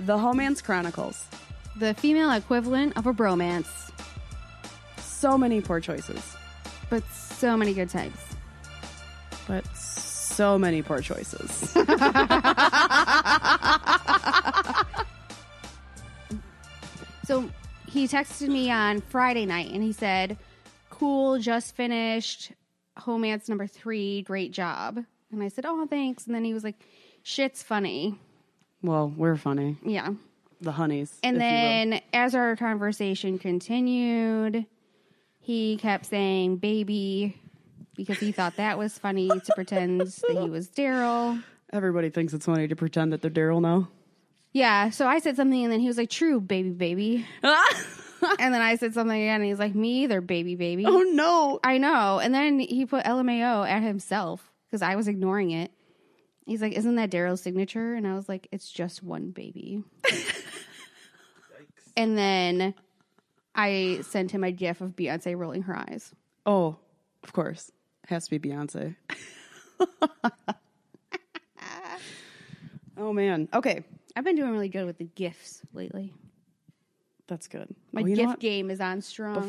The Homance Chronicles. The female equivalent of a bromance, So many poor choices, but so many good types. but so many poor choices. So he texted me on Friday night and he said, Cool, just finished Homance number three. Great job. And I said, Oh, thanks. And then he was like, Shit's funny. well, we're funny. Yeah. The honeys. And if you will. then as our conversation continued, he kept saying, Baby, because he thought that was funny to pretend that he was Daryl. everybody thinks it's funny to pretend that they're Daryl now. Yeah. So I said something and then he was like, True, baby, baby. and then I said something again and he's like, Me either, baby, baby. Oh no. I know. And then he put LMAO at himself because I was ignoring it. He's like, Isn't that Daryl's signature? And I was like, It's just one baby. and then I sent him a gif of Beyonce rolling her eyes. Oh, of course. Has to be Beyonce. oh man. Okay. I've been doing really good with the gifs lately. That's good. My Oh, you know gift what? game is on strong.